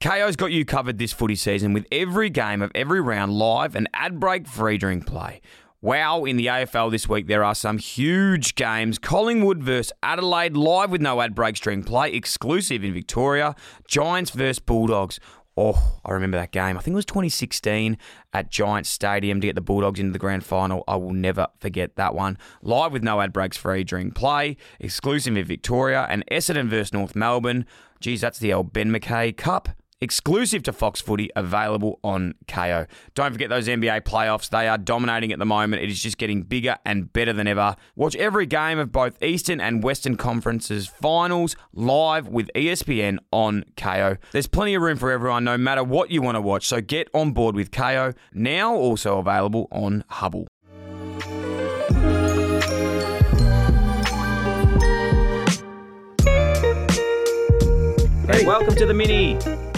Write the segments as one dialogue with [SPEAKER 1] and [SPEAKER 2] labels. [SPEAKER 1] KO's got you covered this footy season with every game of every round live and ad break free during play. Wow, in the AFL this week, there are some huge games. Collingwood versus Adelaide, live with no ad break during play, exclusive in Victoria. Giants versus Bulldogs. Oh, I remember that game. I think it was 2016 at Giants Stadium to get the Bulldogs into the grand final. I will never forget that one. Live with no ad breaks free during play, exclusive in Victoria, and Essendon versus North Melbourne. Geez, that's the old Ben McKay Cup. Exclusive to Fox Footy, available on KO. Don't forget those NBA playoffs. They are dominating at the moment. It is just getting bigger and better than ever. Watch every game of both Eastern and Western Conferences finals live with E ESPN on KO. There's plenty of room for everyone, no matter what you want to watch. So get on board with KO, now also available on Hubble. Hey, welcome to the mini.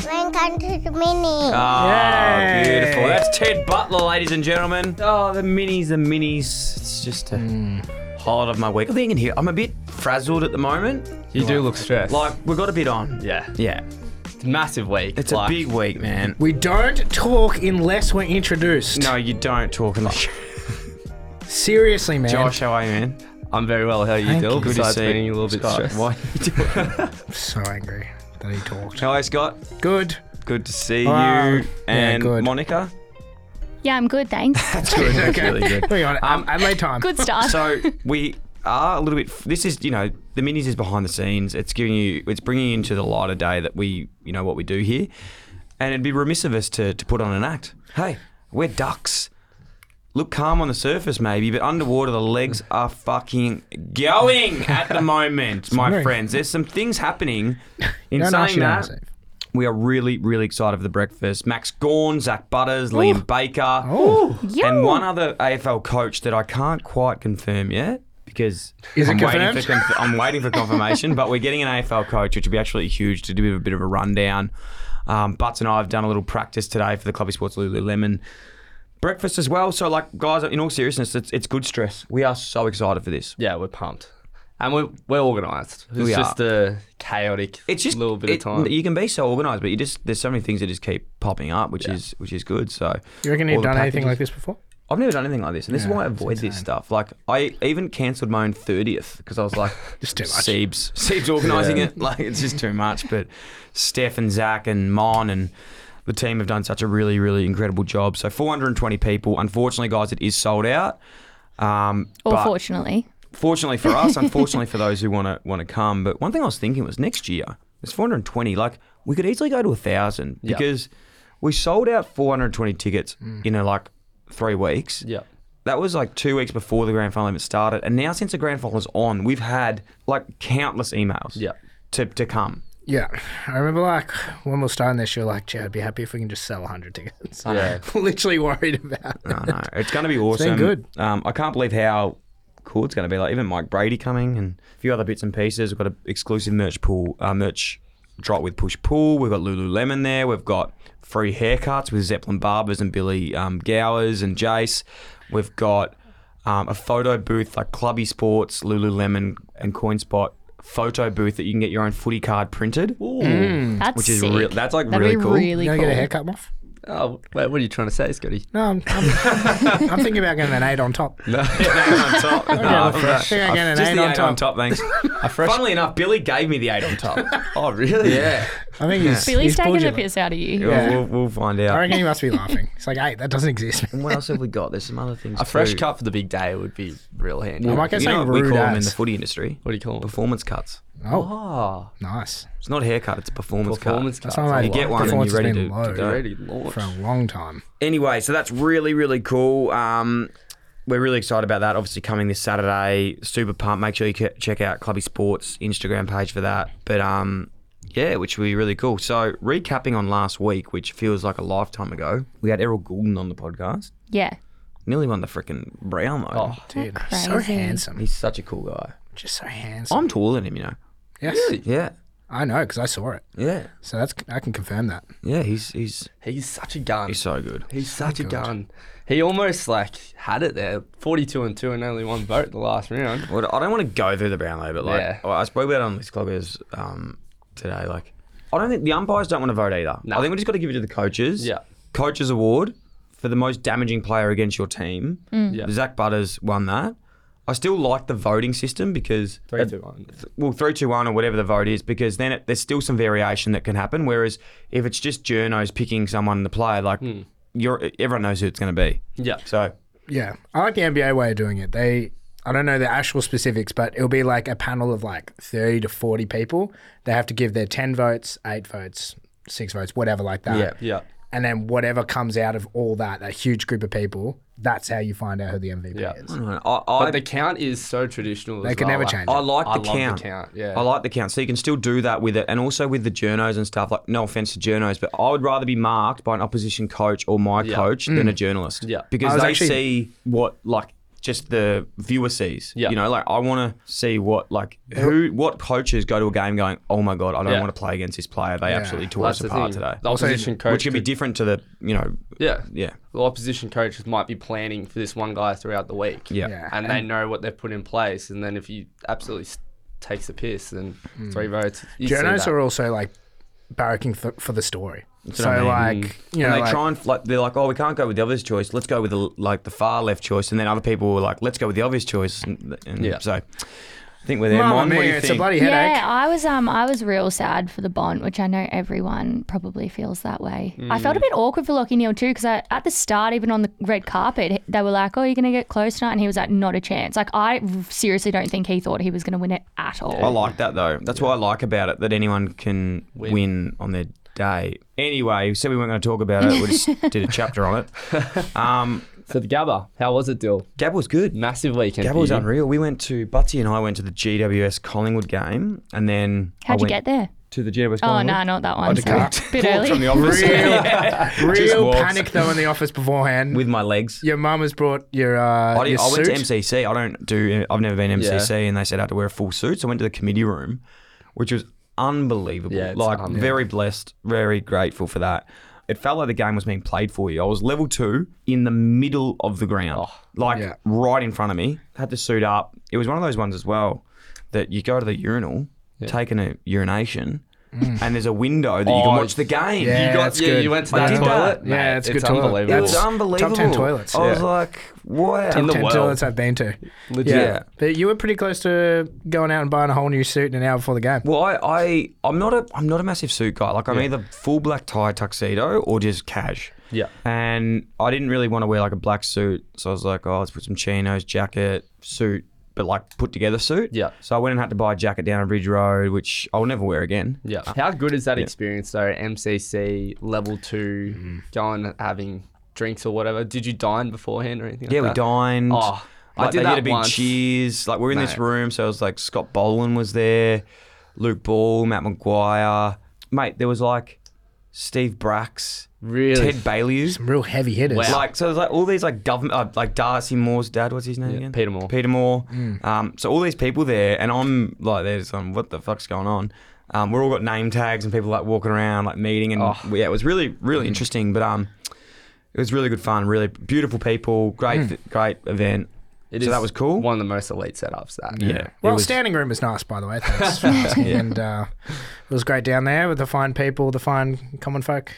[SPEAKER 2] Welcome to the mini.
[SPEAKER 1] Oh,
[SPEAKER 3] Yay.
[SPEAKER 1] beautiful. That's Ted Butler, ladies and gentlemen. Oh, the minis, the minis. It's just a
[SPEAKER 3] Hmm.
[SPEAKER 1] highlight of my week. I think you can hear, I'm a bit frazzled at the moment.
[SPEAKER 3] You do look stressed.
[SPEAKER 1] Like, we got a bit on.
[SPEAKER 3] yeah,
[SPEAKER 1] Yeah.
[SPEAKER 3] it's a massive week.
[SPEAKER 1] It's
[SPEAKER 3] Like,
[SPEAKER 1] a big week, man.
[SPEAKER 4] We don't talk unless we're introduced.
[SPEAKER 1] No, you don't talk in the show.
[SPEAKER 4] Seriously, man.
[SPEAKER 1] Josh, how are you, man?
[SPEAKER 3] I'm very well. How are you
[SPEAKER 4] Thank
[SPEAKER 3] doing?
[SPEAKER 4] you. Good to
[SPEAKER 3] Besides
[SPEAKER 1] see you.
[SPEAKER 3] being a little bit
[SPEAKER 1] Scott,
[SPEAKER 3] stressed.
[SPEAKER 1] why are you doing
[SPEAKER 4] So angry that he talked.
[SPEAKER 1] How are you, Scott?
[SPEAKER 4] Good.
[SPEAKER 1] Good to see
[SPEAKER 4] Wow.
[SPEAKER 1] you.
[SPEAKER 4] Yeah,
[SPEAKER 1] And
[SPEAKER 4] good.
[SPEAKER 1] Monica?
[SPEAKER 5] Yeah, I'm good, thanks.
[SPEAKER 1] That's good. That's
[SPEAKER 4] Okay.
[SPEAKER 1] really good.
[SPEAKER 4] Hang on.
[SPEAKER 1] Um,
[SPEAKER 4] Um, Adelaide time.
[SPEAKER 5] Good start.
[SPEAKER 1] So we are a little bit. This is you know the minis is behind the scenes. It's giving you. It's bringing you into the light of day that we you know what we do here, and it'd be remiss of us to to put on an act. Hey, we're ducks. Look calm on the surface, maybe, but underwater the legs are fucking going at the moment, my
[SPEAKER 4] Sorry.
[SPEAKER 1] friends. There's some things happening. In
[SPEAKER 4] Don't ask
[SPEAKER 1] saying
[SPEAKER 4] you to
[SPEAKER 1] that,
[SPEAKER 4] answer.
[SPEAKER 1] we are really, really excited for the breakfast. Max Gorn, Zach Butters, Liam Baker,
[SPEAKER 4] Oh.
[SPEAKER 1] and
[SPEAKER 5] Yo.
[SPEAKER 1] one other AFL coach that I can't quite confirm yet because
[SPEAKER 4] Is it
[SPEAKER 1] I'm, waiting
[SPEAKER 4] confirmed?
[SPEAKER 1] for conf- I'm waiting for confirmation. but we're getting an AFL coach, which would be absolutely huge to do a bit of a rundown. Um, Butts and I have done a little practice today for the Clubby Sports Lululemon breakfast as well. So, like, guys, in all seriousness, it's, it's good stress. We are so excited for this.
[SPEAKER 3] Yeah, we're pumped. And we're, we're organised. It's
[SPEAKER 1] We
[SPEAKER 3] just a chaotic
[SPEAKER 1] It's just
[SPEAKER 3] little bit
[SPEAKER 1] it-
[SPEAKER 3] of time.
[SPEAKER 1] You can be so organised, but you just there's so many things that just keep popping up, which is which is good. So
[SPEAKER 4] You reckon
[SPEAKER 1] all
[SPEAKER 4] you've
[SPEAKER 1] the
[SPEAKER 4] done anything
[SPEAKER 1] packages-
[SPEAKER 4] like this before?
[SPEAKER 1] I've never done anything like this, and this is
[SPEAKER 4] Yeah,
[SPEAKER 1] why I
[SPEAKER 4] it's
[SPEAKER 1] avoid this
[SPEAKER 4] insane.
[SPEAKER 1] stuff. Like, I even cancelled my own thirtieth because I was like,
[SPEAKER 4] Just too much.
[SPEAKER 1] Siebes, Siebes organising it, like it's just too much. But Steph and Zach and Mon and the team have done such a really, really incredible job. So 420 people. Unfortunately, guys, it is sold out. Um,
[SPEAKER 5] Or
[SPEAKER 1] but
[SPEAKER 5] fortunately.
[SPEAKER 1] fortunately for us, unfortunately for those who want to want to come. But one thing I was thinking was next year, it's 420. Like we could easily go to a thousand
[SPEAKER 3] Yeah.
[SPEAKER 1] because we sold out 420 tickets
[SPEAKER 4] Mm.
[SPEAKER 1] in a, like three weeks.
[SPEAKER 3] yeah.
[SPEAKER 1] That was like two weeks before the grand final even started. And now since the grand final's on, we've had like countless emails.
[SPEAKER 3] Yeah.
[SPEAKER 1] To, to come.
[SPEAKER 4] Yeah. I remember, like, when we were starting this, you were like, gee, I'd be happy if we can just sell 100 tickets.
[SPEAKER 3] Yeah.
[SPEAKER 4] Literally worried about it.
[SPEAKER 1] I know. It's going to be awesome.
[SPEAKER 4] been good.
[SPEAKER 1] Um, I can't believe how cool it's going to be. Like even Mike Brady coming and a few other bits and pieces. We've got an exclusive merch pool, uh, merch drop with push pull. We've got Lululemon there. We've got free haircuts with Zeppelin Barbers and Billy um, Gowers and Jace. We've got um, a photo booth like Clubby Sports, Lululemon, and CoinSpot photo booth that you can get your own footy card printed.
[SPEAKER 3] Mm.
[SPEAKER 5] That's
[SPEAKER 1] mm, Which is
[SPEAKER 5] sick.
[SPEAKER 1] real. That's like
[SPEAKER 5] That'd
[SPEAKER 1] really
[SPEAKER 5] be
[SPEAKER 1] cool.
[SPEAKER 5] really
[SPEAKER 4] You
[SPEAKER 5] cool.
[SPEAKER 4] going to get a haircut, Moff?
[SPEAKER 3] Oh, wait, what are you trying to say, Scotty?
[SPEAKER 4] No, I'm, I'm, I'm thinking about getting an 8 on top.
[SPEAKER 3] No.
[SPEAKER 1] on top. Nah,
[SPEAKER 4] fresh.
[SPEAKER 1] I'm-
[SPEAKER 4] Yeah, get an
[SPEAKER 1] just
[SPEAKER 4] eight
[SPEAKER 1] the
[SPEAKER 4] on
[SPEAKER 1] eight on top, thanks. Funnily enough, Billy gave me the eight on top.
[SPEAKER 3] oh, really?
[SPEAKER 1] yeah.
[SPEAKER 4] I think he's.
[SPEAKER 5] Billy's
[SPEAKER 4] he's
[SPEAKER 5] taking
[SPEAKER 4] pulled
[SPEAKER 5] the
[SPEAKER 4] you.
[SPEAKER 5] piss out of you.
[SPEAKER 1] We'll, we'll, we'll find
[SPEAKER 4] I
[SPEAKER 1] out.
[SPEAKER 4] reckon he must be laughing. It's like, hey, that doesn't exist.
[SPEAKER 1] And what else have we got? There's some other things.
[SPEAKER 3] A fresh
[SPEAKER 1] too.
[SPEAKER 3] cut for the big day would be real handy.
[SPEAKER 4] I might get
[SPEAKER 1] You know
[SPEAKER 4] something
[SPEAKER 1] what we
[SPEAKER 4] rude
[SPEAKER 1] call them in
[SPEAKER 4] ads.
[SPEAKER 1] the footy industry?
[SPEAKER 3] what do you call it?
[SPEAKER 1] Performance cuts.
[SPEAKER 4] Oh,
[SPEAKER 3] Oh,
[SPEAKER 4] nice.
[SPEAKER 1] It's not a haircut. It's a performance,
[SPEAKER 3] performance
[SPEAKER 4] That's
[SPEAKER 3] cuts.
[SPEAKER 4] not
[SPEAKER 3] I
[SPEAKER 4] like
[SPEAKER 1] You get one and
[SPEAKER 3] like it.
[SPEAKER 1] you're
[SPEAKER 4] performance has
[SPEAKER 1] ready
[SPEAKER 4] been
[SPEAKER 1] to-
[SPEAKER 4] low
[SPEAKER 1] to go.
[SPEAKER 3] Already launched.
[SPEAKER 4] for a long time.
[SPEAKER 1] cut. Anyway, so that's really really cool. Um, we're really excited about that. Obviously coming this Saturday. Super pumped. Make sure you ke- check out Clubby Sports Instagram page for that. But um, yeah, which will be really cool. So recapping on last week, which feels like a lifetime ago, we had Errol Goulden on the podcast.
[SPEAKER 5] Yeah.
[SPEAKER 1] Nearly won the freaking Brown though.
[SPEAKER 4] Dude, so
[SPEAKER 5] crazy.
[SPEAKER 4] handsome.
[SPEAKER 1] He's such a cool guy.
[SPEAKER 4] Just so handsome.
[SPEAKER 1] I'm taller than him, you know.
[SPEAKER 4] yes,
[SPEAKER 1] Yeah.
[SPEAKER 4] I know because I saw it.
[SPEAKER 1] Yeah.
[SPEAKER 4] So that's I can confirm that.
[SPEAKER 1] Yeah, he's he's
[SPEAKER 3] He's such a gun.
[SPEAKER 1] he's so good.
[SPEAKER 3] He's such a gun. He almost like had it there. Forty-two and two, and only one vote the last round.
[SPEAKER 1] Well, I don't want to go through the Brownlow, but like
[SPEAKER 3] Yeah.
[SPEAKER 1] I spoke about it on this club as um today, like I don't think the umpires don't want to vote either.
[SPEAKER 3] No.
[SPEAKER 1] I think we just got to give it to the coaches.
[SPEAKER 3] Yeah.
[SPEAKER 1] Coaches award for the most damaging player against your team.
[SPEAKER 3] Yeah.
[SPEAKER 1] Zach Butters won that. I still like the voting system because
[SPEAKER 3] Three, two, one.
[SPEAKER 1] well, three, two, one, or whatever the vote is, because then it, there's still some variation that can happen. Whereas if it's just journos picking someone the player, like you're, everyone knows who it's going to be.
[SPEAKER 3] Hmm. Yeah.
[SPEAKER 1] So
[SPEAKER 4] Yeah, I like the NBA way of doing it. They, I don't know the actual specifics, but it'll be like a panel of like thirty to forty people. They have to give their ten votes, eight votes, six votes, whatever, like that.
[SPEAKER 1] Yeah.
[SPEAKER 3] Yeah.
[SPEAKER 4] And then whatever comes out of all that, that huge group of people, that's how you find out who the MVP
[SPEAKER 3] Yeah.
[SPEAKER 4] is.
[SPEAKER 1] I, don't know. I, I,
[SPEAKER 3] But the count is so traditional.
[SPEAKER 4] They
[SPEAKER 3] as
[SPEAKER 4] can
[SPEAKER 3] well,
[SPEAKER 4] never
[SPEAKER 3] like-
[SPEAKER 4] change it.
[SPEAKER 1] I like the
[SPEAKER 3] I love the
[SPEAKER 1] count.
[SPEAKER 3] count, yeah.
[SPEAKER 1] I like the count. So you can still do that with it, and also with the journos and stuff. Like, no offense to journos, but I would rather be marked by an opposition coach or my coach than a journalist.
[SPEAKER 3] Yeah.
[SPEAKER 4] Mm. I
[SPEAKER 1] because
[SPEAKER 4] was
[SPEAKER 1] they
[SPEAKER 4] actually-
[SPEAKER 1] see what like just the viewer sees.
[SPEAKER 3] Yeah.
[SPEAKER 1] you know, like I want to see what like who what coaches go to a game going, oh my god, I don't
[SPEAKER 3] Yeah.
[SPEAKER 1] want to play against this player. They absolutely tore
[SPEAKER 3] That's
[SPEAKER 1] us
[SPEAKER 3] the
[SPEAKER 1] apart
[SPEAKER 3] thing.
[SPEAKER 1] today.
[SPEAKER 3] The opposition coach
[SPEAKER 1] Which can be
[SPEAKER 3] could-
[SPEAKER 1] different to the you know,
[SPEAKER 3] Yeah.
[SPEAKER 1] yeah,
[SPEAKER 3] The opposition coaches might be planning for this one guy throughout the week.
[SPEAKER 1] yeah.
[SPEAKER 4] Yeah.
[SPEAKER 3] And they know what they've put in place. And then if he absolutely s- takes the piss, then three votes. You see
[SPEAKER 4] Hmm. Journos
[SPEAKER 3] that.
[SPEAKER 4] are also like barracking for, for the story.
[SPEAKER 1] what
[SPEAKER 4] so
[SPEAKER 1] I
[SPEAKER 4] like, you know,
[SPEAKER 1] and they
[SPEAKER 4] like,
[SPEAKER 1] try and like they're like, oh, we can't go with the obvious choice. Let's go with the, like the far left choice, and then other people were like, let's go with the obvious choice. And, and
[SPEAKER 3] Yeah.
[SPEAKER 1] So I think we're there.
[SPEAKER 4] Mamma
[SPEAKER 1] Mon, what do
[SPEAKER 4] mia,
[SPEAKER 1] you
[SPEAKER 4] it's
[SPEAKER 1] think?
[SPEAKER 4] a bloody headache.
[SPEAKER 5] Yeah, I was um I was real sad for the bond, which I know everyone probably feels that way. I
[SPEAKER 1] Mm.
[SPEAKER 5] felt a bit awkward for Lockie Neal too, because at the start, even on the red carpet, he- they were like, "Oh, you're gonna get close tonight," and he was like, "Not a chance." Like I seriously don't think he thought he was gonna win it at all.
[SPEAKER 1] I like that though. That's what I like about it that anyone can win, on their day. Anyway, we said we weren't going to talk about it. We just did a chapter on it. Um,
[SPEAKER 3] So the Gabba, how was it, Dill?
[SPEAKER 1] Gab was good.
[SPEAKER 3] Massive weekend.
[SPEAKER 1] Gab
[SPEAKER 3] for
[SPEAKER 1] was
[SPEAKER 3] you.
[SPEAKER 1] unreal. We went to Butsy and I went to the GWS Collingwood game, and then I
[SPEAKER 5] How'd you
[SPEAKER 1] went
[SPEAKER 5] get there?
[SPEAKER 1] to the GWS?
[SPEAKER 5] Oh no,
[SPEAKER 1] Collingwood.
[SPEAKER 5] not that
[SPEAKER 1] I
[SPEAKER 5] one.
[SPEAKER 1] had to
[SPEAKER 5] Sorry.
[SPEAKER 1] walk-
[SPEAKER 5] Bit
[SPEAKER 1] walk from
[SPEAKER 5] early.
[SPEAKER 1] the office
[SPEAKER 4] real,
[SPEAKER 1] Just
[SPEAKER 4] real
[SPEAKER 1] walked.
[SPEAKER 4] panic though in the office beforehand.
[SPEAKER 1] with my legs.
[SPEAKER 4] your mum has brought your uh,
[SPEAKER 1] I, did,
[SPEAKER 4] your
[SPEAKER 1] I went to
[SPEAKER 4] suit.
[SPEAKER 1] MCC. I don't do. I've never been MCC, and they said I had to wear a full suit. So I went to the committee room, which was unbelievable.
[SPEAKER 3] Yeah, it's
[SPEAKER 1] like
[SPEAKER 3] unbelievable.
[SPEAKER 1] very blessed, very grateful for that. It felt like the game was being played for you. I was level two in the middle of the ground,
[SPEAKER 3] Oh,
[SPEAKER 1] like
[SPEAKER 4] Yeah.
[SPEAKER 1] right in front of me. Had to suit up. It was one of those ones as well that you go to the urinal, taking a urination, and there's a window that you
[SPEAKER 3] Oh,
[SPEAKER 1] can watch the game.
[SPEAKER 4] Mm. yeah.
[SPEAKER 3] You got,
[SPEAKER 4] it's
[SPEAKER 3] yeah,
[SPEAKER 4] good.
[SPEAKER 3] you went to
[SPEAKER 1] I
[SPEAKER 3] that
[SPEAKER 1] did
[SPEAKER 3] toilet.
[SPEAKER 1] that.
[SPEAKER 4] Yeah,
[SPEAKER 3] mate.
[SPEAKER 4] it's a good
[SPEAKER 1] It
[SPEAKER 4] toilet.
[SPEAKER 3] unbelievable.
[SPEAKER 1] was
[SPEAKER 4] That's-
[SPEAKER 1] unbelievable.
[SPEAKER 4] toilets,
[SPEAKER 1] I was
[SPEAKER 3] yeah.
[SPEAKER 1] like, wow.
[SPEAKER 3] In the
[SPEAKER 4] Ten
[SPEAKER 3] world.
[SPEAKER 4] toilets I've been to.
[SPEAKER 3] Legit.
[SPEAKER 1] Yeah.
[SPEAKER 4] But you were pretty close to going out and buying a whole new suit in an hour before the game.
[SPEAKER 1] Well, I, I I'm not a I'm not a massive suit guy. Like I'm either full black tie tuxedo or just cash.
[SPEAKER 3] Yeah.
[SPEAKER 1] And I didn't really want to wear like a black suit, so I was like, oh, let's put some chinos, jacket, suit, but like put together suit.
[SPEAKER 3] Yeah.
[SPEAKER 1] So I went and had to buy a jacket down at Ridge Road, which I'll never wear again.
[SPEAKER 3] Yeah. How good is that experience though? MCC level two,
[SPEAKER 1] Mm-hmm.
[SPEAKER 3] going and having drinks or whatever. Did you dine beforehand or anything?
[SPEAKER 1] Yeah, we
[SPEAKER 3] like that?
[SPEAKER 1] dined.
[SPEAKER 3] Oh, I
[SPEAKER 1] Like,
[SPEAKER 3] did
[SPEAKER 1] they
[SPEAKER 3] that
[SPEAKER 1] a big
[SPEAKER 3] once.
[SPEAKER 1] cheers. Like we're in this
[SPEAKER 3] Mate.
[SPEAKER 1] room, so it was like Scott Bolan was there, Luke Ball, Matt McGuire, mate. There was like Steve Brax,
[SPEAKER 3] Really?
[SPEAKER 1] Ted Bailey.
[SPEAKER 4] Real heavy hitters.
[SPEAKER 3] Wow.
[SPEAKER 1] Like so, there's like all these like government, uh, like Darcy Moore's dad. What's his name again?
[SPEAKER 3] Peter Moore.
[SPEAKER 1] Peter Moore. Um, so all these people there, and I'm like, there's um, what the fuck's going on? Um, we're all got name tags and people like walking around, like meeting, and
[SPEAKER 3] Oh.
[SPEAKER 1] yeah, it was really, really
[SPEAKER 3] Mm-hmm.
[SPEAKER 1] interesting. But um, it was really good fun. Really beautiful people. Great, great event.
[SPEAKER 3] It
[SPEAKER 1] so
[SPEAKER 3] is
[SPEAKER 1] that was cool.
[SPEAKER 3] One of the most elite setups. That.
[SPEAKER 1] yeah. it
[SPEAKER 4] well,
[SPEAKER 1] was-
[SPEAKER 4] standing room was nice, by the way. Thanks. for asking. And uh, it was great down there with the fine people, the fine common folk.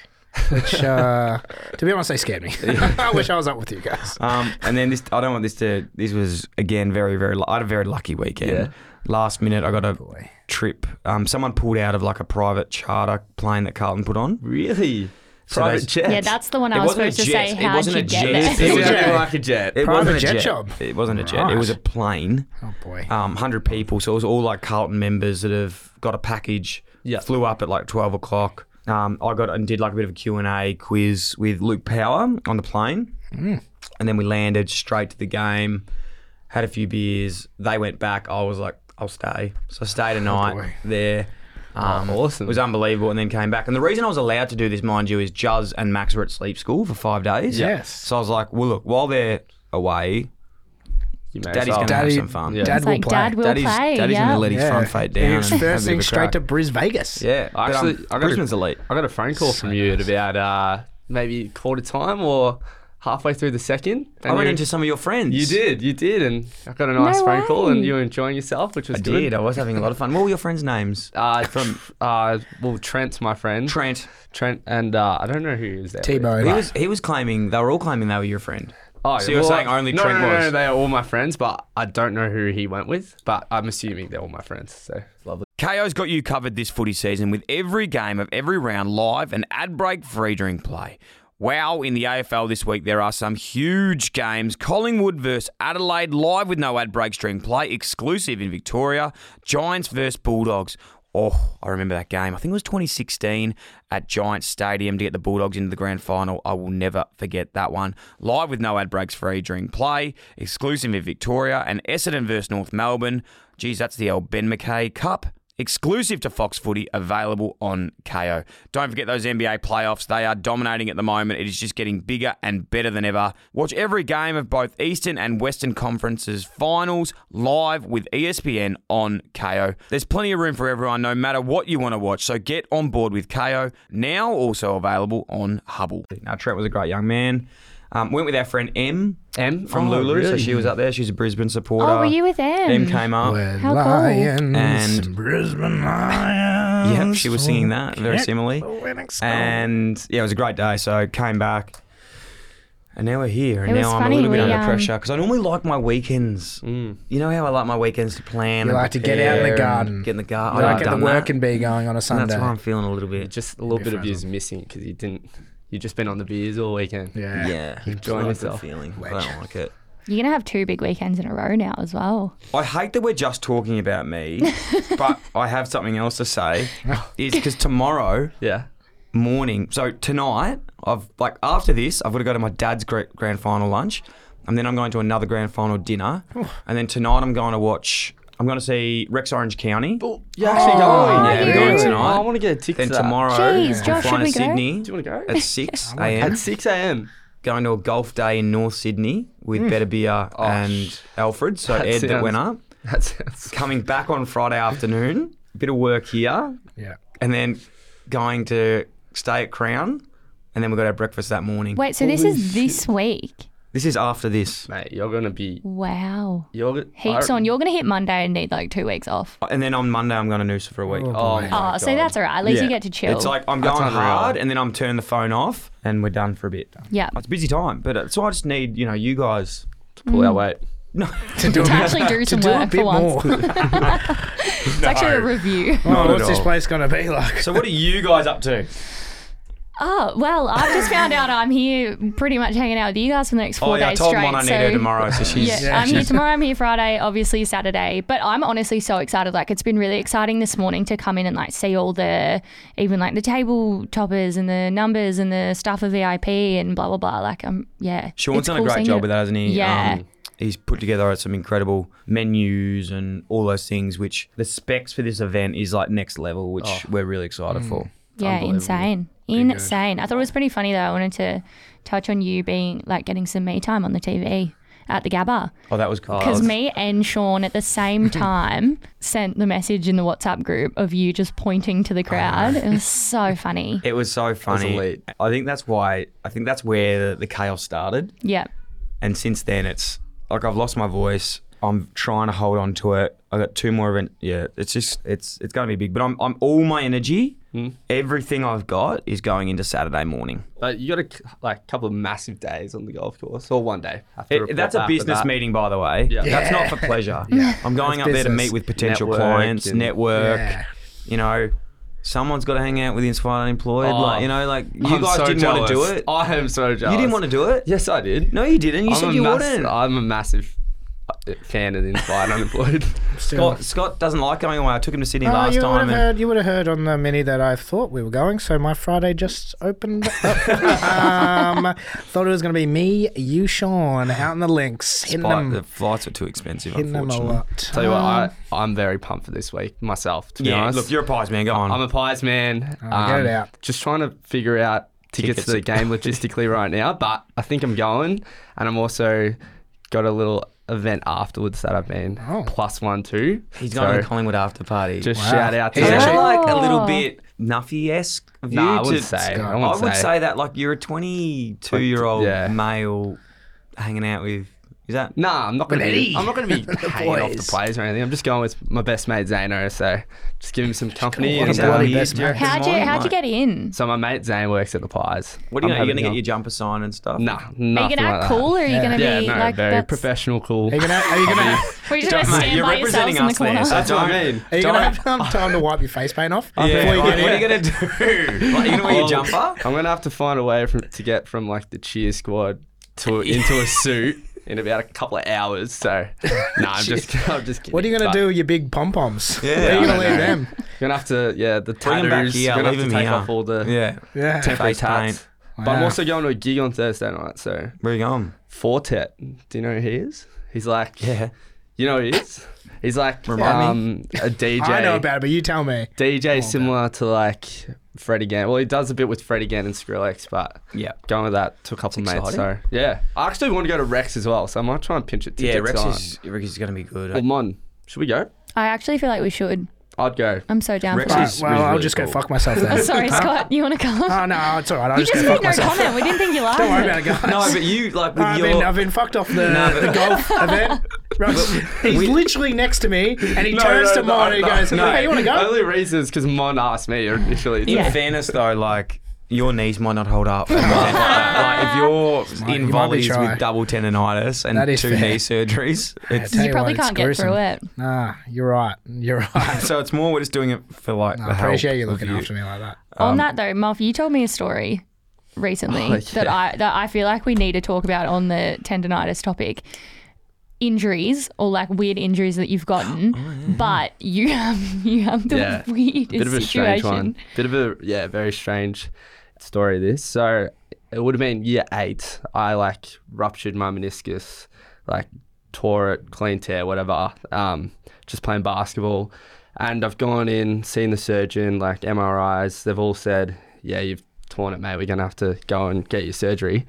[SPEAKER 4] Which, uh, to be honest, they scared me. I wish I was up with you guys.
[SPEAKER 1] Um, and then this, I don't want this to. This was again very, very. lu- I had a very lucky weekend.
[SPEAKER 3] Yeah.
[SPEAKER 1] Last minute, I got a trip. Um, someone pulled out of like a private charter plane that Carlton put on.
[SPEAKER 3] Really?
[SPEAKER 1] So
[SPEAKER 3] Private
[SPEAKER 1] they-
[SPEAKER 3] jet.
[SPEAKER 5] Yeah, that's the one
[SPEAKER 1] It
[SPEAKER 5] I was
[SPEAKER 1] wasn't a
[SPEAKER 5] supposed to
[SPEAKER 1] jet.
[SPEAKER 5] say.
[SPEAKER 1] It
[SPEAKER 5] How'd
[SPEAKER 1] wasn't
[SPEAKER 5] you
[SPEAKER 1] a
[SPEAKER 5] get
[SPEAKER 1] jet.
[SPEAKER 5] there?
[SPEAKER 1] It
[SPEAKER 3] It
[SPEAKER 1] was
[SPEAKER 3] was
[SPEAKER 1] a-
[SPEAKER 3] like a jet.
[SPEAKER 1] It
[SPEAKER 4] Private
[SPEAKER 1] wasn't a
[SPEAKER 4] jet
[SPEAKER 1] jet,
[SPEAKER 4] job.
[SPEAKER 1] It wasn't a jet. It
[SPEAKER 4] Right.
[SPEAKER 1] was a plane.
[SPEAKER 4] Oh, boy.
[SPEAKER 1] Um, hundred people. So it was all like Carlton members that have got a package.
[SPEAKER 3] Yeah.
[SPEAKER 1] Flew up at like twelve o'clock. Um, I got and did like a bit of a Q and A quiz with Luke Power on the plane, and then we landed straight to the game. Had a few beers. They went back. I was like, I'll stay. So I stayed a night
[SPEAKER 4] boy.
[SPEAKER 1] there. Um,
[SPEAKER 3] awesome.
[SPEAKER 1] It was unbelievable, and then came back. And the reason I was allowed to do this, mind you, is Juz and Max were at sleep school for five days.
[SPEAKER 4] Yes.
[SPEAKER 1] So I was like, well, look, while they're away,
[SPEAKER 3] You may as
[SPEAKER 1] Daddy's
[SPEAKER 3] well.
[SPEAKER 1] going to have
[SPEAKER 4] Daddy-
[SPEAKER 1] some fun.
[SPEAKER 3] Yeah.
[SPEAKER 4] Dad
[SPEAKER 5] It's
[SPEAKER 4] will
[SPEAKER 5] like
[SPEAKER 4] play.
[SPEAKER 5] dad will
[SPEAKER 1] Daddy's,
[SPEAKER 5] play.
[SPEAKER 1] Daddy's
[SPEAKER 5] yeah.
[SPEAKER 1] going to let his front fade down.
[SPEAKER 4] He was
[SPEAKER 1] and have a
[SPEAKER 4] first
[SPEAKER 1] bit of
[SPEAKER 4] thing
[SPEAKER 1] a
[SPEAKER 4] straight
[SPEAKER 1] crack.
[SPEAKER 4] to Bris Vegas.
[SPEAKER 1] Yeah, but, um,
[SPEAKER 3] Actually, I got a-
[SPEAKER 1] Brisbane's elite.
[SPEAKER 3] I got a phone call from you at about uh, maybe quarter time or halfway through the second.
[SPEAKER 1] I ran
[SPEAKER 3] you-
[SPEAKER 1] into some of your friends.
[SPEAKER 3] You did, you did, and I got a nice phone call, and
[SPEAKER 5] way.
[SPEAKER 3] you were enjoying yourself, which was
[SPEAKER 1] I
[SPEAKER 3] good.
[SPEAKER 1] did. I was having a lot of fun. What were your friends' names?
[SPEAKER 3] Uh, from uh, well, Trent's my friend.
[SPEAKER 1] Trent.
[SPEAKER 3] Trent, and uh, I don't know who he was there. with.
[SPEAKER 4] T-Bone.
[SPEAKER 1] He was he was claiming they were all claiming they were your friend.
[SPEAKER 3] Oh,
[SPEAKER 1] So you're saying only
[SPEAKER 3] no,
[SPEAKER 1] Trent
[SPEAKER 3] no, no,
[SPEAKER 1] was?
[SPEAKER 3] No, they are all my friends, but I don't know who he went with. But I'm assuming they're all my friends. So lovely.
[SPEAKER 1] KO's got you covered this footy season with every game of every round live and ad break free during play. Wow, in the AFL this week, there are some huge games. Collingwood versus Adelaide, live with no ad breaks during play, exclusive in Victoria. Giants versus Bulldogs. Oh, I remember that game. I think it was 2016 at Giants Stadium to get the Bulldogs into the grand final. I will never forget that one. Live with no ad breaks free during play, exclusive in Victoria, and Essendon versus North Melbourne. Geez, that's the old Ben McKay Cup. Exclusive to Fox Footy, available on KO. Don't forget those NBA playoffs. They are dominating at the moment. It is just getting bigger and better than ever. Watch every game of both Eastern and Western Conferences finals live with E ESPN on KO. There's plenty of room for everyone, no matter what you want to watch. So get on board with KO, now also available on Hubble. Now, Trent was a great young man. Um, went with our friend M
[SPEAKER 3] M?
[SPEAKER 1] from
[SPEAKER 3] Oh,
[SPEAKER 1] Lulu. So
[SPEAKER 3] really?
[SPEAKER 1] she was up there. She's a Brisbane supporter.
[SPEAKER 5] Oh, were you with M?
[SPEAKER 1] M came up.
[SPEAKER 4] We're
[SPEAKER 5] How cool.
[SPEAKER 4] lions,
[SPEAKER 1] Oh. And-
[SPEAKER 4] Brisbane Lions.
[SPEAKER 1] Yep, she was singing that very
[SPEAKER 4] Connect
[SPEAKER 1] similarly.
[SPEAKER 4] the winning score.
[SPEAKER 1] And yeah, it was a great day. So I came back, and now we're here. And
[SPEAKER 5] It was
[SPEAKER 1] now I'm
[SPEAKER 5] funny,
[SPEAKER 1] a little bit
[SPEAKER 5] we,
[SPEAKER 1] under
[SPEAKER 5] um,
[SPEAKER 1] pressure because I normally like my weekends. You know how I like my weekends to plan.
[SPEAKER 4] You
[SPEAKER 1] and
[SPEAKER 4] like to get out in the
[SPEAKER 1] prepare and
[SPEAKER 4] garden.
[SPEAKER 1] Get in the garden.
[SPEAKER 4] I
[SPEAKER 1] I
[SPEAKER 4] like at the work and bee going on a Sunday.
[SPEAKER 1] That's why I'm feeling a little bit.
[SPEAKER 3] Just a little
[SPEAKER 4] Be
[SPEAKER 3] bit of
[SPEAKER 4] friends
[SPEAKER 3] you's missing because you didn't. You just been on the beers all weekend.
[SPEAKER 4] yeah.
[SPEAKER 1] Yeah,
[SPEAKER 3] Enjoying
[SPEAKER 1] enjoying
[SPEAKER 3] yourself.
[SPEAKER 1] Feeling. I don't like it.
[SPEAKER 5] You're going to have two big weekends in a row now as well.
[SPEAKER 1] I hate that we're just talking about me, but I have something else to say. Is because tomorrow
[SPEAKER 3] Yeah.
[SPEAKER 1] morning. So tonight, I've like after this, I've got to go to my dad's gra- grand final lunch, and then I'm going to another grand final dinner, and then tonight I'm going to watch. I'm going to see Rex Orange County.
[SPEAKER 3] You actually
[SPEAKER 1] Oh,
[SPEAKER 3] going?
[SPEAKER 1] yeah, we're going tonight.
[SPEAKER 3] Oh, I want to get a ticket.
[SPEAKER 1] Then tomorrow,
[SPEAKER 5] Jeez,
[SPEAKER 1] I'm
[SPEAKER 5] Josh,
[SPEAKER 1] flying to
[SPEAKER 5] should we go?
[SPEAKER 1] Sydney
[SPEAKER 3] Do you want to go?
[SPEAKER 1] at six
[SPEAKER 3] At
[SPEAKER 1] a.m.
[SPEAKER 3] 6 a.m.
[SPEAKER 1] Going to a golf day in North Sydney with Better Beer and Alfred. So
[SPEAKER 3] Mm. Oh, That
[SPEAKER 1] Ed that
[SPEAKER 3] sounds-
[SPEAKER 1] went up.
[SPEAKER 3] That sounds.
[SPEAKER 1] Coming back on Friday afternoon. Bit of work here,
[SPEAKER 4] Yeah.
[SPEAKER 1] and then going to stay at Crown, and then we got our breakfast that morning.
[SPEAKER 5] Wait, so this is this week.
[SPEAKER 1] This is after this.
[SPEAKER 3] Mate, you're gonna be.
[SPEAKER 5] Wow.
[SPEAKER 3] You're
[SPEAKER 5] Heaps
[SPEAKER 3] I-
[SPEAKER 5] on. You're going to hit Monday and need like two weeks off.
[SPEAKER 1] And then on Monday, I'm going to Noosa for a week.
[SPEAKER 3] Oh,
[SPEAKER 4] boy.
[SPEAKER 3] my
[SPEAKER 5] Oh, so
[SPEAKER 3] God.
[SPEAKER 5] that's all right. At least
[SPEAKER 1] Yeah.
[SPEAKER 5] you get to chill.
[SPEAKER 1] It's like I'm
[SPEAKER 3] That's
[SPEAKER 1] going
[SPEAKER 3] unreal.
[SPEAKER 1] hard and then I'm turning the phone off and we're done for a bit.
[SPEAKER 5] yeah.
[SPEAKER 1] It's a busy time, but it's, so I just need, you know, you guys.
[SPEAKER 5] Mm.
[SPEAKER 3] pull our weight.
[SPEAKER 1] No,
[SPEAKER 4] To do,
[SPEAKER 5] To actually do some
[SPEAKER 4] do a
[SPEAKER 5] work
[SPEAKER 4] bit
[SPEAKER 5] for once.
[SPEAKER 4] more. oh,
[SPEAKER 5] It's actually a review.
[SPEAKER 1] not
[SPEAKER 4] what's
[SPEAKER 1] at
[SPEAKER 4] this
[SPEAKER 1] all.
[SPEAKER 4] place going to be like?
[SPEAKER 1] So what are you guys up to?
[SPEAKER 5] Oh, well, I've just found out I'm here pretty much hanging out with you guys for the next four
[SPEAKER 1] oh, yeah, I
[SPEAKER 5] days
[SPEAKER 1] told
[SPEAKER 5] straight.
[SPEAKER 1] Mon I need
[SPEAKER 5] so
[SPEAKER 1] her tomorrow, so she's...
[SPEAKER 5] Yeah, I'm here tomorrow. I'm here Friday, obviously Saturday. But I'm honestly so excited. Like it's been really exciting this morning to come in and like see all the even like the table toppers and the numbers and the stuff for VIP and blah blah blah. Like I'm yeah.
[SPEAKER 1] Sean's
[SPEAKER 5] it's
[SPEAKER 1] done
[SPEAKER 5] cool
[SPEAKER 1] a great
[SPEAKER 5] seeing
[SPEAKER 1] job
[SPEAKER 5] it.
[SPEAKER 1] with that, hasn't he? Um,
[SPEAKER 5] Yeah.
[SPEAKER 1] he's put together some incredible menus and all those things, which the specs for this event is like next level, which
[SPEAKER 3] Oh.
[SPEAKER 1] we're really excited for.
[SPEAKER 5] Yeah, insane. Insane. I thought it was pretty funny though. I wanted to touch on you being like getting some me time on the TV at the Gabba.
[SPEAKER 1] Oh, that was cool.
[SPEAKER 5] Because me and Sean at the same time sent the message in the WhatsApp group of you just pointing to the crowd. It was so funny.
[SPEAKER 1] It was so funny.
[SPEAKER 3] elite.
[SPEAKER 1] I think that's why. I think that's where the, the chaos started,
[SPEAKER 5] Yeah.
[SPEAKER 1] and since then it's like I've lost my voice. I'm trying to hold on to it. I got two more event. Yeah, it's just it's it's gonna be big. But I'm I'm all my energy,
[SPEAKER 3] Hmm.
[SPEAKER 1] everything I've got is going into Saturday morning.
[SPEAKER 3] But you got a c- like couple of massive days on the golf course, or one day. Have to
[SPEAKER 1] It-
[SPEAKER 3] report
[SPEAKER 1] that's a
[SPEAKER 3] back for
[SPEAKER 1] business
[SPEAKER 3] that.
[SPEAKER 1] meeting, by the way.
[SPEAKER 3] Yeah.
[SPEAKER 1] That's not for pleasure. I'm going up there
[SPEAKER 4] That's
[SPEAKER 1] to
[SPEAKER 4] business.
[SPEAKER 1] meet with potential
[SPEAKER 3] Network
[SPEAKER 1] clients,
[SPEAKER 3] and-
[SPEAKER 1] network.
[SPEAKER 4] Yeah.
[SPEAKER 1] You know, someone's got to hang out with the inspired unemployed.
[SPEAKER 3] Oh,
[SPEAKER 1] like you know, like you
[SPEAKER 3] I'm
[SPEAKER 1] guys
[SPEAKER 3] so
[SPEAKER 1] didn't want to do
[SPEAKER 3] jealous.
[SPEAKER 1] it.
[SPEAKER 3] I am so jealous.
[SPEAKER 1] You didn't want to do it.
[SPEAKER 3] Yes, I did.
[SPEAKER 1] No, you didn't. You
[SPEAKER 3] I'm
[SPEAKER 1] said
[SPEAKER 3] a
[SPEAKER 1] you
[SPEAKER 3] mass-
[SPEAKER 1] wouldn't.
[SPEAKER 3] I'm a massive uh, fan of the Inspired Unemployed.
[SPEAKER 4] Still-
[SPEAKER 1] Scott, Scott doesn't like going away. I took him to Sydney
[SPEAKER 4] Oh,
[SPEAKER 1] last
[SPEAKER 4] you would
[SPEAKER 1] time.
[SPEAKER 4] have
[SPEAKER 1] and-
[SPEAKER 4] heard. You would have heard on the mini that I thought we were going. So my Friday just opened. up. um, thought it was going to be me, you, Sean, out in the links, hitting
[SPEAKER 1] Flight-
[SPEAKER 4] them,
[SPEAKER 1] the flights were too expensive,
[SPEAKER 4] hitting them a
[SPEAKER 1] unfortunately.
[SPEAKER 4] lot.
[SPEAKER 3] Tell you what, I, I'm very pumped for this week myself. To be
[SPEAKER 1] Oh. Yeah,
[SPEAKER 3] honest,
[SPEAKER 1] look, you're a pies man. Go on.
[SPEAKER 3] I'm a pies man. Um,
[SPEAKER 4] get it out.
[SPEAKER 3] Just trying to figure out tickets to the
[SPEAKER 1] Tickets.
[SPEAKER 3] game logistically right now, but I think I'm going, and I'm also got a little event afterwards that I've been
[SPEAKER 4] Oh.
[SPEAKER 3] plus one too.
[SPEAKER 1] He's
[SPEAKER 3] So
[SPEAKER 1] going to the Collingwood after party.
[SPEAKER 3] Just
[SPEAKER 4] Wow.
[SPEAKER 3] shout out to
[SPEAKER 1] He's
[SPEAKER 3] him.
[SPEAKER 1] actually like a
[SPEAKER 5] Oh.
[SPEAKER 1] little bit Nuffy esque of
[SPEAKER 3] Nah,
[SPEAKER 1] you
[SPEAKER 3] I wouldn't
[SPEAKER 1] to-
[SPEAKER 3] say. I
[SPEAKER 1] I,
[SPEAKER 3] wouldn't
[SPEAKER 1] would
[SPEAKER 3] say.
[SPEAKER 1] say that like you're a 22 year old
[SPEAKER 3] Yeah.
[SPEAKER 1] male hanging out with. Is that?
[SPEAKER 3] Nah, I'm not gonna
[SPEAKER 4] With
[SPEAKER 3] be.
[SPEAKER 4] Eddie.
[SPEAKER 3] I'm not gonna be
[SPEAKER 4] The
[SPEAKER 3] hanging off the
[SPEAKER 4] boys.
[SPEAKER 3] players or anything. I'm just going with my best mate Zano, so just give him some company.
[SPEAKER 4] on,
[SPEAKER 3] And,
[SPEAKER 4] Zane. bloody
[SPEAKER 3] um,
[SPEAKER 4] best mate.
[SPEAKER 5] How'd you
[SPEAKER 1] Mine,
[SPEAKER 5] How'd you
[SPEAKER 1] mate.
[SPEAKER 5] get in?
[SPEAKER 3] so my mate Zane works at the Pies.
[SPEAKER 1] What are you, are
[SPEAKER 3] I'm
[SPEAKER 1] you
[SPEAKER 3] having
[SPEAKER 1] going to get
[SPEAKER 3] him.
[SPEAKER 1] your jumper sign and stuff?
[SPEAKER 3] Nah,
[SPEAKER 5] Are you
[SPEAKER 3] nothing
[SPEAKER 5] gonna
[SPEAKER 3] like
[SPEAKER 5] act
[SPEAKER 3] that.
[SPEAKER 5] cool or are you
[SPEAKER 4] Yeah.
[SPEAKER 5] gonna be
[SPEAKER 3] Yeah, no,
[SPEAKER 5] like
[SPEAKER 3] very
[SPEAKER 5] that's-
[SPEAKER 3] professional, cool.
[SPEAKER 4] Are you gonna? Are you gonna?
[SPEAKER 5] Were you just gonna
[SPEAKER 1] Mate,
[SPEAKER 5] stand
[SPEAKER 1] you're
[SPEAKER 5] by
[SPEAKER 1] representing
[SPEAKER 5] yourselves in the
[SPEAKER 1] us there,
[SPEAKER 5] corner?
[SPEAKER 1] so
[SPEAKER 3] That's what I mean.
[SPEAKER 4] Are you gonna
[SPEAKER 1] Don't-
[SPEAKER 4] have um, time to wipe your face paint off
[SPEAKER 1] Yeah,
[SPEAKER 4] before you
[SPEAKER 1] like,
[SPEAKER 4] get
[SPEAKER 1] what are
[SPEAKER 4] in?
[SPEAKER 1] you going to do? Like, you going to wear your jumper?
[SPEAKER 3] Oh, I'm gonna have to find a way from, to get from like the cheer squad to into a suit in about a couple of hours. So, no, I'm just, I'm just kidding.
[SPEAKER 4] What are you gonna
[SPEAKER 3] But
[SPEAKER 4] do with your big pom poms?
[SPEAKER 1] Yeah,
[SPEAKER 4] Where are you
[SPEAKER 1] I
[SPEAKER 4] gonna
[SPEAKER 3] don't
[SPEAKER 4] leave
[SPEAKER 3] know.
[SPEAKER 4] them?
[SPEAKER 3] Gonna have to, yeah, the
[SPEAKER 1] Bring 'em back
[SPEAKER 3] tattoos.
[SPEAKER 1] here,
[SPEAKER 3] Gonna have
[SPEAKER 1] leave
[SPEAKER 3] to
[SPEAKER 1] 'em
[SPEAKER 3] take
[SPEAKER 1] here.
[SPEAKER 3] off all the
[SPEAKER 1] Yeah.
[SPEAKER 4] Yeah.
[SPEAKER 3] temporary
[SPEAKER 1] Face paint.
[SPEAKER 3] tats. But I'm
[SPEAKER 4] Wow.
[SPEAKER 3] also going to a gig on Thursday night. So
[SPEAKER 1] Where are you going?
[SPEAKER 3] Fortet, do you know who he is? He's like,
[SPEAKER 1] Yeah.
[SPEAKER 3] you know who he is. He's like
[SPEAKER 1] Remind
[SPEAKER 3] um, a DJ.
[SPEAKER 4] I know about it, but you tell me.
[SPEAKER 3] DJ similar to like Fred again. Well, he does a bit with Fred again and Skrillex, but
[SPEAKER 1] Yeah.
[SPEAKER 3] going with that to a couple
[SPEAKER 1] It's
[SPEAKER 3] mates. So
[SPEAKER 1] exciting.
[SPEAKER 3] yeah, I actually want to go to Rex as well. So I might try and pinch it.
[SPEAKER 1] Yeah,
[SPEAKER 3] tickets
[SPEAKER 1] Rex
[SPEAKER 3] on.
[SPEAKER 1] is, Rex is going to be good.
[SPEAKER 3] Well, Mon, should we go?
[SPEAKER 5] I actually feel like we should.
[SPEAKER 3] I'd go.
[SPEAKER 5] I'm so down
[SPEAKER 1] Rex
[SPEAKER 5] for
[SPEAKER 1] is-
[SPEAKER 4] Alright,
[SPEAKER 5] that.
[SPEAKER 4] well,
[SPEAKER 1] really,
[SPEAKER 4] I'll
[SPEAKER 1] really
[SPEAKER 4] just
[SPEAKER 1] cool.
[SPEAKER 4] go fuck myself then.
[SPEAKER 5] Oh, sorry, Scott. You want to come?
[SPEAKER 4] Oh no, it's alright. I'll
[SPEAKER 5] you
[SPEAKER 4] just
[SPEAKER 5] just
[SPEAKER 4] go
[SPEAKER 5] made
[SPEAKER 4] fuck
[SPEAKER 5] no
[SPEAKER 4] myself.
[SPEAKER 5] comment. We didn't think you liked
[SPEAKER 4] Don't worry about
[SPEAKER 5] it.
[SPEAKER 4] it, guys.
[SPEAKER 1] No, but you like with
[SPEAKER 4] I've,
[SPEAKER 1] your.
[SPEAKER 4] been, I've been fucked off the,
[SPEAKER 1] No, but-
[SPEAKER 4] the golf event. Ross, he's literally next to me, and he turns to mine and he goes, "Hey, you want to
[SPEAKER 3] The
[SPEAKER 4] go?"
[SPEAKER 3] only reason is because Mon asked me initially.
[SPEAKER 1] In
[SPEAKER 3] Yeah.
[SPEAKER 1] fairness, though, like your knees might not hold up. like if you're in
[SPEAKER 4] you might be
[SPEAKER 1] volleys
[SPEAKER 4] shy.
[SPEAKER 1] with double tendonitis and
[SPEAKER 4] That is
[SPEAKER 1] two
[SPEAKER 4] fair.
[SPEAKER 1] knee surgeries, it's,
[SPEAKER 4] tell
[SPEAKER 5] You probably
[SPEAKER 4] what, it's
[SPEAKER 5] can't get
[SPEAKER 4] gruesome.
[SPEAKER 5] through it.
[SPEAKER 4] Nah, you're right. You're right.
[SPEAKER 1] so it's more we're just doing it for like the
[SPEAKER 4] I appreciate
[SPEAKER 1] help
[SPEAKER 4] you
[SPEAKER 1] of
[SPEAKER 4] looking after me like that.
[SPEAKER 5] On that though, Muff, you told me a story recently
[SPEAKER 3] um, Oh, yeah.
[SPEAKER 5] that I that I feel like we need to talk about on the tendonitis topic. Injuries or like weird injuries that you've gotten, but you have you have the
[SPEAKER 3] Oh, Yeah.
[SPEAKER 5] weirdest
[SPEAKER 3] Bit of a strange
[SPEAKER 5] situation.
[SPEAKER 3] one. Bit of a yeah, very strange story. This so it would have been year eight. I like ruptured my meniscus, like tore it, clean tear, whatever. Um, just playing basketball, and I've gone in, seen the surgeon, like MRIs. They've all said, yeah, you've torn it, mate. We're gonna have to go and get you surgery.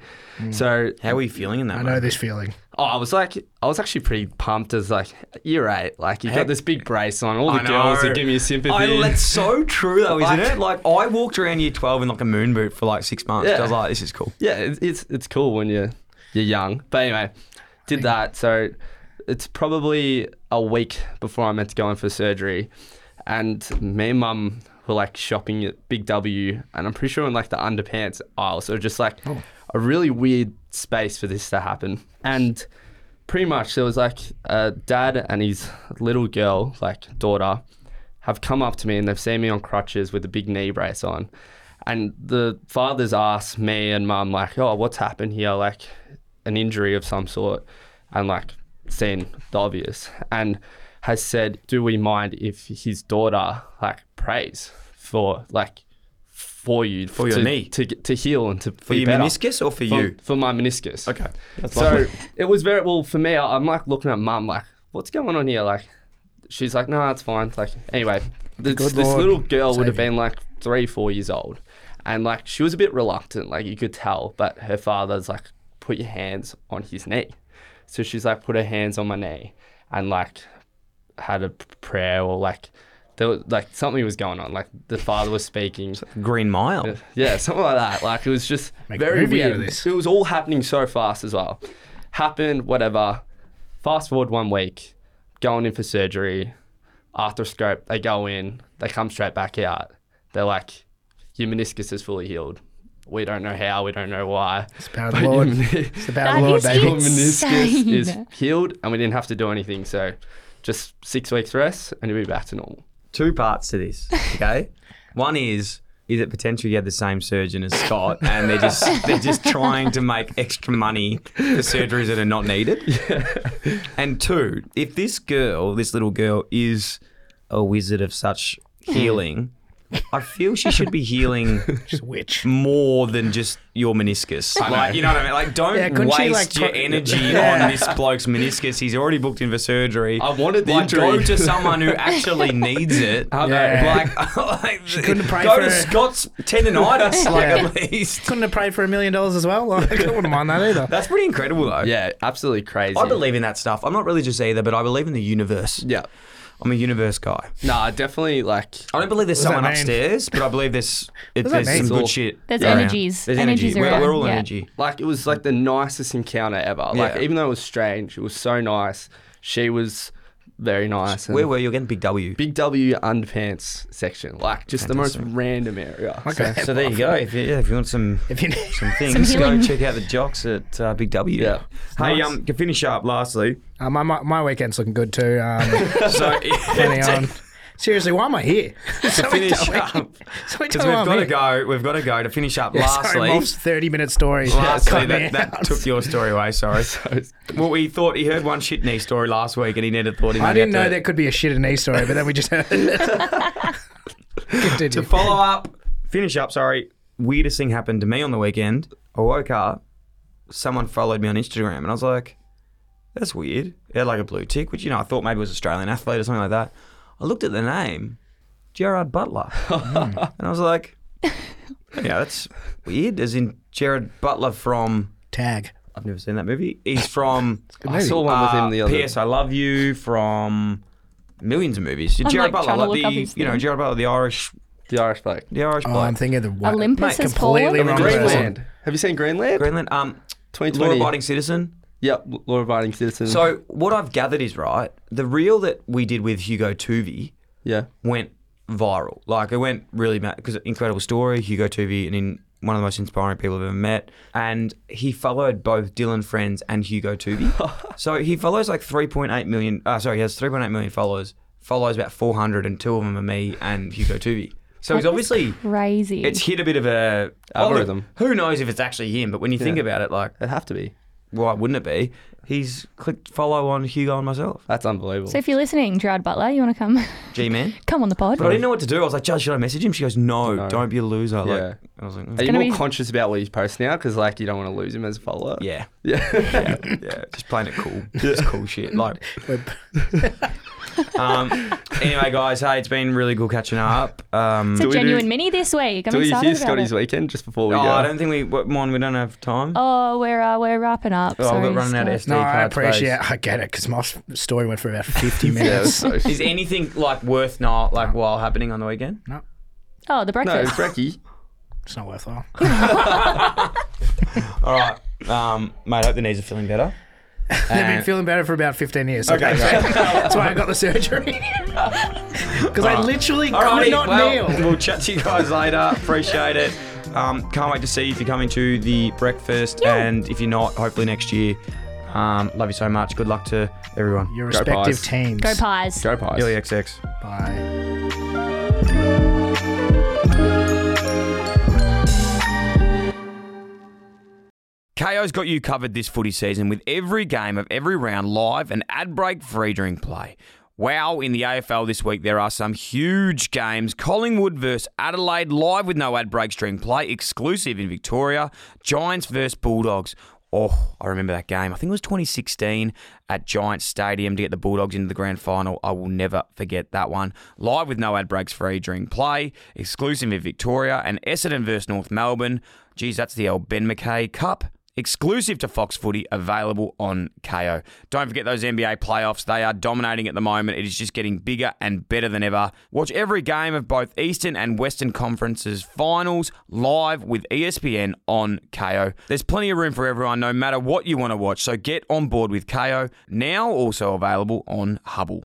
[SPEAKER 3] So
[SPEAKER 1] Mm. How are you feeling in that?
[SPEAKER 4] I know this feeling.
[SPEAKER 3] Oh, I was like, I was actually pretty pumped as like year eight. Like you got this big brace on. All the
[SPEAKER 1] I
[SPEAKER 3] girls
[SPEAKER 1] know.
[SPEAKER 3] are giving you sympathy.
[SPEAKER 1] I, that's so true though, isn't
[SPEAKER 3] Like-
[SPEAKER 1] it? Like I walked around year twelve in like a moon boot for like six months.
[SPEAKER 3] Yeah.
[SPEAKER 1] I was like, this is cool.
[SPEAKER 3] yeah, it's, it's it's cool when you're you're young. But anyway, did that. So it's probably a week before I'm meant to go in for surgery, and me and mum were like shopping at Big W, and I'm pretty sure in like the underpants aisle. So just like a really weird space for this to happen, and pretty much there was like a dad and his little girl, like daughter, have come up to me and they've seen me on crutches with a big knee brace on. And the father's asked me and mum, like, oh, what's happened here? Like an injury of some sort. And like seen the obvious. And has said, do we mind if his daughter like prays for like for you for
[SPEAKER 1] your
[SPEAKER 3] to,
[SPEAKER 1] knee.
[SPEAKER 3] to to heal and to
[SPEAKER 1] For
[SPEAKER 3] be
[SPEAKER 1] your
[SPEAKER 3] better
[SPEAKER 1] meniscus or for
[SPEAKER 3] for,
[SPEAKER 1] you?
[SPEAKER 3] for my meniscus.
[SPEAKER 1] Okay. That's
[SPEAKER 3] So it was very well for me. I- I'm like looking at mum, like, what's going on here? Like, she's like, no, it's fine. Like, anyway, this,
[SPEAKER 4] Good
[SPEAKER 3] this
[SPEAKER 4] Lord,
[SPEAKER 3] little girl would
[SPEAKER 4] save
[SPEAKER 3] have
[SPEAKER 4] you.
[SPEAKER 3] been like three, four years old, and like she was a bit reluctant, like you could tell. But her father's like, put your hands on his knee. So she's like, put her hands on my knee, and like had a p- prayer or like. There was, like something was going on. Like the father was speaking.
[SPEAKER 1] Green mile.
[SPEAKER 3] Yeah, something like that. Like it was just
[SPEAKER 4] Make a
[SPEAKER 3] very
[SPEAKER 4] movie out
[SPEAKER 3] weird.
[SPEAKER 4] of this.
[SPEAKER 3] It was all happening so fast as well. Happened, whatever. Fast forward one week, going in for surgery, arthroscope, they go in, they come straight back out. They're like, Your meniscus is fully healed. We don't know how, we don't know why.
[SPEAKER 4] It's the power of
[SPEAKER 3] but
[SPEAKER 4] the
[SPEAKER 3] your
[SPEAKER 4] Lord.
[SPEAKER 3] men-
[SPEAKER 4] It's the power of
[SPEAKER 5] That
[SPEAKER 4] the Lord,
[SPEAKER 5] is
[SPEAKER 4] baby.
[SPEAKER 5] huge.
[SPEAKER 3] your meniscus is
[SPEAKER 5] Insane.
[SPEAKER 3] healed and we didn't have to do anything. So just six weeks rest and you'll be back to normal.
[SPEAKER 1] two parts to this. Okay, one is is it potentially you had the same surgeon as Scott, and they're just they're just trying to make extra money for surgeries that are not needed. And two, if this girl, this little girl, is a wizard of such healing. I feel she should be healing
[SPEAKER 4] Just a witch.
[SPEAKER 1] more than just your meniscus. Like, you know what I mean? Like, don't
[SPEAKER 4] Yeah, couldn't
[SPEAKER 1] waste
[SPEAKER 4] she, like,
[SPEAKER 1] your
[SPEAKER 4] pro-
[SPEAKER 1] energy
[SPEAKER 4] Yeah.
[SPEAKER 1] on this bloke's meniscus. He's already booked in for surgery.
[SPEAKER 3] I wanted the
[SPEAKER 1] like, Go
[SPEAKER 3] injury.
[SPEAKER 1] to someone who actually needs it.
[SPEAKER 3] I know.
[SPEAKER 4] Yeah.
[SPEAKER 1] Like, like
[SPEAKER 4] couldn't pray
[SPEAKER 1] go
[SPEAKER 4] for
[SPEAKER 1] to
[SPEAKER 4] her.
[SPEAKER 1] Scott's tendonitis, like
[SPEAKER 4] Yeah.
[SPEAKER 1] at least.
[SPEAKER 4] Couldn't have prayed for a million dollars as well. Like, I wouldn't mind that either.
[SPEAKER 1] That's pretty incredible, though.
[SPEAKER 3] Yeah, absolutely crazy.
[SPEAKER 1] I believe in that stuff. I'm not religious either, but I believe in the universe.
[SPEAKER 3] Yeah.
[SPEAKER 1] I'm a universe guy.
[SPEAKER 3] Nah, definitely like
[SPEAKER 1] I don't believe there's
[SPEAKER 4] does that
[SPEAKER 1] someone
[SPEAKER 4] mean?
[SPEAKER 1] upstairs, but I believe there's it,
[SPEAKER 4] does that
[SPEAKER 1] there's some
[SPEAKER 4] mean?
[SPEAKER 3] It's
[SPEAKER 1] good
[SPEAKER 3] all-
[SPEAKER 1] shit.
[SPEAKER 5] There's
[SPEAKER 1] around.
[SPEAKER 5] energies.
[SPEAKER 1] There's
[SPEAKER 5] Energies
[SPEAKER 1] We're,
[SPEAKER 5] around,
[SPEAKER 1] we're all
[SPEAKER 5] yeah.
[SPEAKER 1] energy.
[SPEAKER 3] like it was like the nicest encounter ever. Like
[SPEAKER 1] Yeah.
[SPEAKER 3] even though it was strange, it was so nice. She was very nice. and
[SPEAKER 1] Where were you again? Big W.
[SPEAKER 3] Big W underpants section, like just the most random area.
[SPEAKER 4] Okay.
[SPEAKER 1] So there you go. If you, yeah, if you want some
[SPEAKER 4] If you need
[SPEAKER 1] some
[SPEAKER 5] Some
[SPEAKER 1] things, go
[SPEAKER 5] healing.
[SPEAKER 1] check out the jocks at uh, Big W.
[SPEAKER 3] Yeah.
[SPEAKER 1] Hey,
[SPEAKER 3] Nice.
[SPEAKER 1] um, to finish up, lastly.
[SPEAKER 4] Uh, my, my my weekend's looking good too. Um,
[SPEAKER 1] So
[SPEAKER 4] plenty on. Seriously, why am I here?
[SPEAKER 1] to finish up,
[SPEAKER 4] Because
[SPEAKER 1] because we've got to go. We've got to go. To finish up,
[SPEAKER 4] Sorry,
[SPEAKER 1] lastly.
[SPEAKER 4] Mob's thirty-minute story.
[SPEAKER 1] Lastly,
[SPEAKER 4] Cut me
[SPEAKER 1] that, that
[SPEAKER 4] out.
[SPEAKER 1] took your story away. Sorry.
[SPEAKER 3] So-
[SPEAKER 1] Well, he thought he heard one shitney story last week, and he never thought he.
[SPEAKER 4] I
[SPEAKER 1] might
[SPEAKER 4] didn't
[SPEAKER 1] have
[SPEAKER 4] know
[SPEAKER 1] to-
[SPEAKER 4] there could be a shit and knee story, but then we just heard it.
[SPEAKER 1] to
[SPEAKER 4] Continue.
[SPEAKER 1] follow up, finish up. Sorry, weirdest thing happened to me on the weekend. I woke up, someone followed me on Instagram, and I was like, "That's weird." It had like a blue tick, which you know I thought maybe was Australian athlete or something like that. I looked at the name, Gerard Butler, and I was like, "Yeah, that's weird." As in Gerard Butler from
[SPEAKER 4] Tag.
[SPEAKER 1] I've never seen that movie. He's from
[SPEAKER 3] I saw one with him
[SPEAKER 1] uh,
[SPEAKER 3] the other.
[SPEAKER 1] P.S. I Love You from millions of movies. Gerard
[SPEAKER 5] like, trying
[SPEAKER 1] Butler, like
[SPEAKER 5] to look up
[SPEAKER 1] the
[SPEAKER 5] his
[SPEAKER 1] you know
[SPEAKER 5] thing.
[SPEAKER 1] Gerard Butler, the Irish,
[SPEAKER 3] The Irish bloke.
[SPEAKER 1] the Irish
[SPEAKER 4] Oh,
[SPEAKER 1] bloke.
[SPEAKER 4] I'm thinking of the one.
[SPEAKER 5] Olympus
[SPEAKER 1] Mate,
[SPEAKER 5] has
[SPEAKER 4] completely
[SPEAKER 5] fallen.
[SPEAKER 4] wrong person.
[SPEAKER 3] Greenland. Have you seen Greenland?
[SPEAKER 1] Greenland. Um,
[SPEAKER 3] 2020.
[SPEAKER 1] law abiding citizen.
[SPEAKER 3] Yep, law abiding citizen.
[SPEAKER 1] So what I've gathered is right. The reel that we did with Hugo Tuvey
[SPEAKER 3] yeah,
[SPEAKER 1] went viral. Like it went really mad because incredible story. Hugo Tuvey and in one of the most inspiring people I've ever met. And he followed both Dylan Friends and Hugo Tuvey. so he follows like 3.8 million. Uh, sorry, he has 3.8 million followers. Follows about 400, and two of them are me and Hugo Tuvey. So he's obviously
[SPEAKER 5] Crazy.
[SPEAKER 1] it's hit a bit of a oh, look,
[SPEAKER 3] Algorithm.
[SPEAKER 1] who knows if it's actually him? But when you think about it, like
[SPEAKER 3] it'd have to be.
[SPEAKER 1] why wouldn't it be? He's clicked follow on Hugo and myself.
[SPEAKER 3] That's unbelievable.
[SPEAKER 5] so if you're listening, Gerard Butler, you want to come
[SPEAKER 1] G man.
[SPEAKER 5] come on the pod?
[SPEAKER 1] But I didn't know what to do. I was like, Judge, should I message him? She goes, No,
[SPEAKER 3] No.
[SPEAKER 1] don't be a loser. Like,
[SPEAKER 3] Yeah.
[SPEAKER 1] I was like,
[SPEAKER 3] Are
[SPEAKER 1] "Mm."
[SPEAKER 3] you
[SPEAKER 5] gonna
[SPEAKER 3] more
[SPEAKER 5] be-
[SPEAKER 3] conscious about what you post now? Because like you don't want to lose him as a follower.
[SPEAKER 1] yeah,
[SPEAKER 3] Yeah.
[SPEAKER 1] yeah, yeah. Just playing it cool. Just cool shit. Like, um, anyway, guys, hey, it's been really cool catching up. Um,
[SPEAKER 5] It's a
[SPEAKER 3] we do-
[SPEAKER 5] genuine mini this week. I'm
[SPEAKER 3] Do you
[SPEAKER 5] excited
[SPEAKER 3] hear
[SPEAKER 5] about
[SPEAKER 3] Scotty's
[SPEAKER 5] it.
[SPEAKER 3] weekend just before we
[SPEAKER 1] oh,
[SPEAKER 3] go?
[SPEAKER 1] I don't think we, what, Mon, we don't have time.
[SPEAKER 5] Oh, we're uh, we're wrapping up.
[SPEAKER 1] Oh,
[SPEAKER 5] Sorry,
[SPEAKER 1] we're running out of
[SPEAKER 5] Scott.
[SPEAKER 1] SD
[SPEAKER 4] No,
[SPEAKER 1] card
[SPEAKER 4] I appreciate.
[SPEAKER 1] space.
[SPEAKER 4] I get it because my s- story went for about fifty
[SPEAKER 3] yeah,
[SPEAKER 4] minutes.
[SPEAKER 3] so-
[SPEAKER 1] Is anything like worth not like while happening on the weekend?
[SPEAKER 5] Oh, the
[SPEAKER 3] no,
[SPEAKER 5] breakfast.
[SPEAKER 3] Brecky.
[SPEAKER 4] It's not worthwhile.
[SPEAKER 1] All right, um, mate. I hope the knees are feeling better.
[SPEAKER 4] They've been
[SPEAKER 1] And-
[SPEAKER 4] feeling better for about 15 years. Okay, That's why I got the surgery. Because I literally could
[SPEAKER 1] Alrighty,
[SPEAKER 4] not
[SPEAKER 1] well,
[SPEAKER 4] kneel.
[SPEAKER 1] We'll chat to you guys later. Appreciate it. Um, can't wait to see if you're coming to the breakfast, and if you're not, hopefully next year. Um, love you so much. Good luck to everyone.
[SPEAKER 4] Your
[SPEAKER 3] Go
[SPEAKER 4] respective
[SPEAKER 3] Pies.
[SPEAKER 4] teams.
[SPEAKER 5] Go pies.
[SPEAKER 3] Go pies.
[SPEAKER 1] Billy XX.
[SPEAKER 4] Bye.
[SPEAKER 1] KO's got you covered this footy season with every game of every round live and ad break free during play. Wow, in the AFL this week, there are some huge games. Collingwood versus Adelaide live with no ad breaks during play, exclusive in Victoria. Giants versus Bulldogs. Oh, I remember that game. I think it was 2016 at Giants Stadium to get the Bulldogs into the grand final. I will never forget that one. Live with no ad breaks free during play, exclusive in Victoria, and Essendon versus North Melbourne. Geez, that's the old Ben McKay Cup. Exclusive to Fox Footy, available on KO. Don't forget those NBA playoffs. They are dominating at the moment. It is just getting bigger and better than ever. Watch every game of both Eastern and Western Conferences finals live with E ESPN on KO. There's plenty of room for everyone, no matter what you want to watch. So get on board with KO, now also available on Hubble.